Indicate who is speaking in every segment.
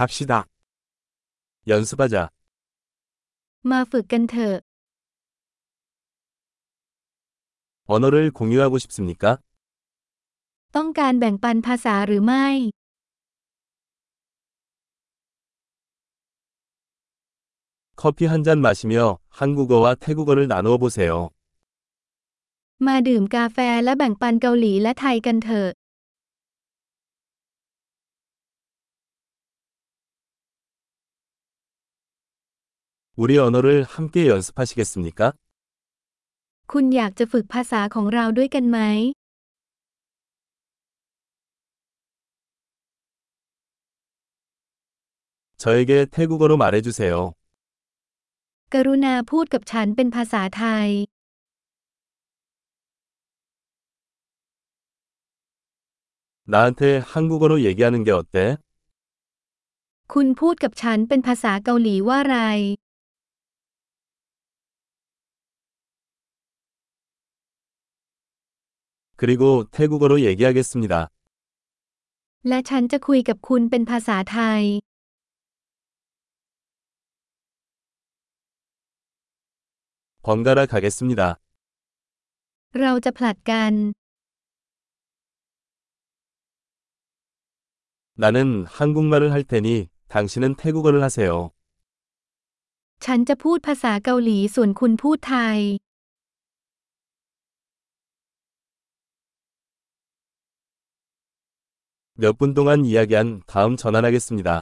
Speaker 1: 갑시다. 연습하자.
Speaker 2: มาฝึกกันเถอะ
Speaker 1: 언어를 공유하고 싶습니까?
Speaker 2: ต้องการแบ่งปันภาษาหรือไม่
Speaker 1: 커피 한 잔 마시며 한국어와 태국어를 나누어 보세요.
Speaker 2: มาดื่มกาแฟและแบ่งปันเกาหลีและไทยกันเถอะ
Speaker 1: 우리 언어를 함께 연습하시겠습니까?
Speaker 2: คุณอยากจะฝึกภาษาของเราด้วยกันไหม
Speaker 1: 저에게 태국어로 말해주세요.
Speaker 2: กรุณาพูดกับฉันเป็นภาษาไทย
Speaker 1: 나한테 한국어로 얘기하는 게 어때?
Speaker 2: คุณพูดกับฉันเป็นภาษาเกาหลีว่าไร
Speaker 1: 그리고 태국어로 얘기하겠습니다.
Speaker 2: และฉันจะคุยกับคุณเป็นภาษาไทย
Speaker 1: 번갈아 가겠습니다.
Speaker 2: เราจะผลัดกัน
Speaker 1: 나는 한국말을 할 테니 당신은 태국어를 하세요.
Speaker 2: ฉันจะพูดภาษาเกาหลีส่วนคุณพูดไทย
Speaker 1: 몇 분 동안 이야기한 다음 전환하겠습니다.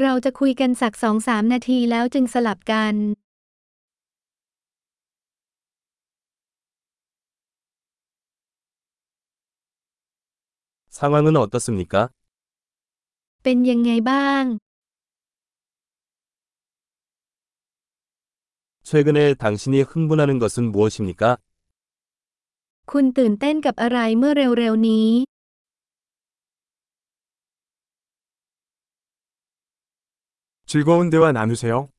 Speaker 2: เราจะคุยกันสักสองสามนาทีแล้วจึงสลับกัน
Speaker 1: 상황은 어떻습니까?
Speaker 2: เป็นยังไงบ้าง
Speaker 1: 최근에 당신이 흥분하는 것은 무엇입니까?
Speaker 2: คุณตื่นเต้นกับอะไรเมื่อเร็วๆนี้
Speaker 3: 즐거운 대화 나누세요.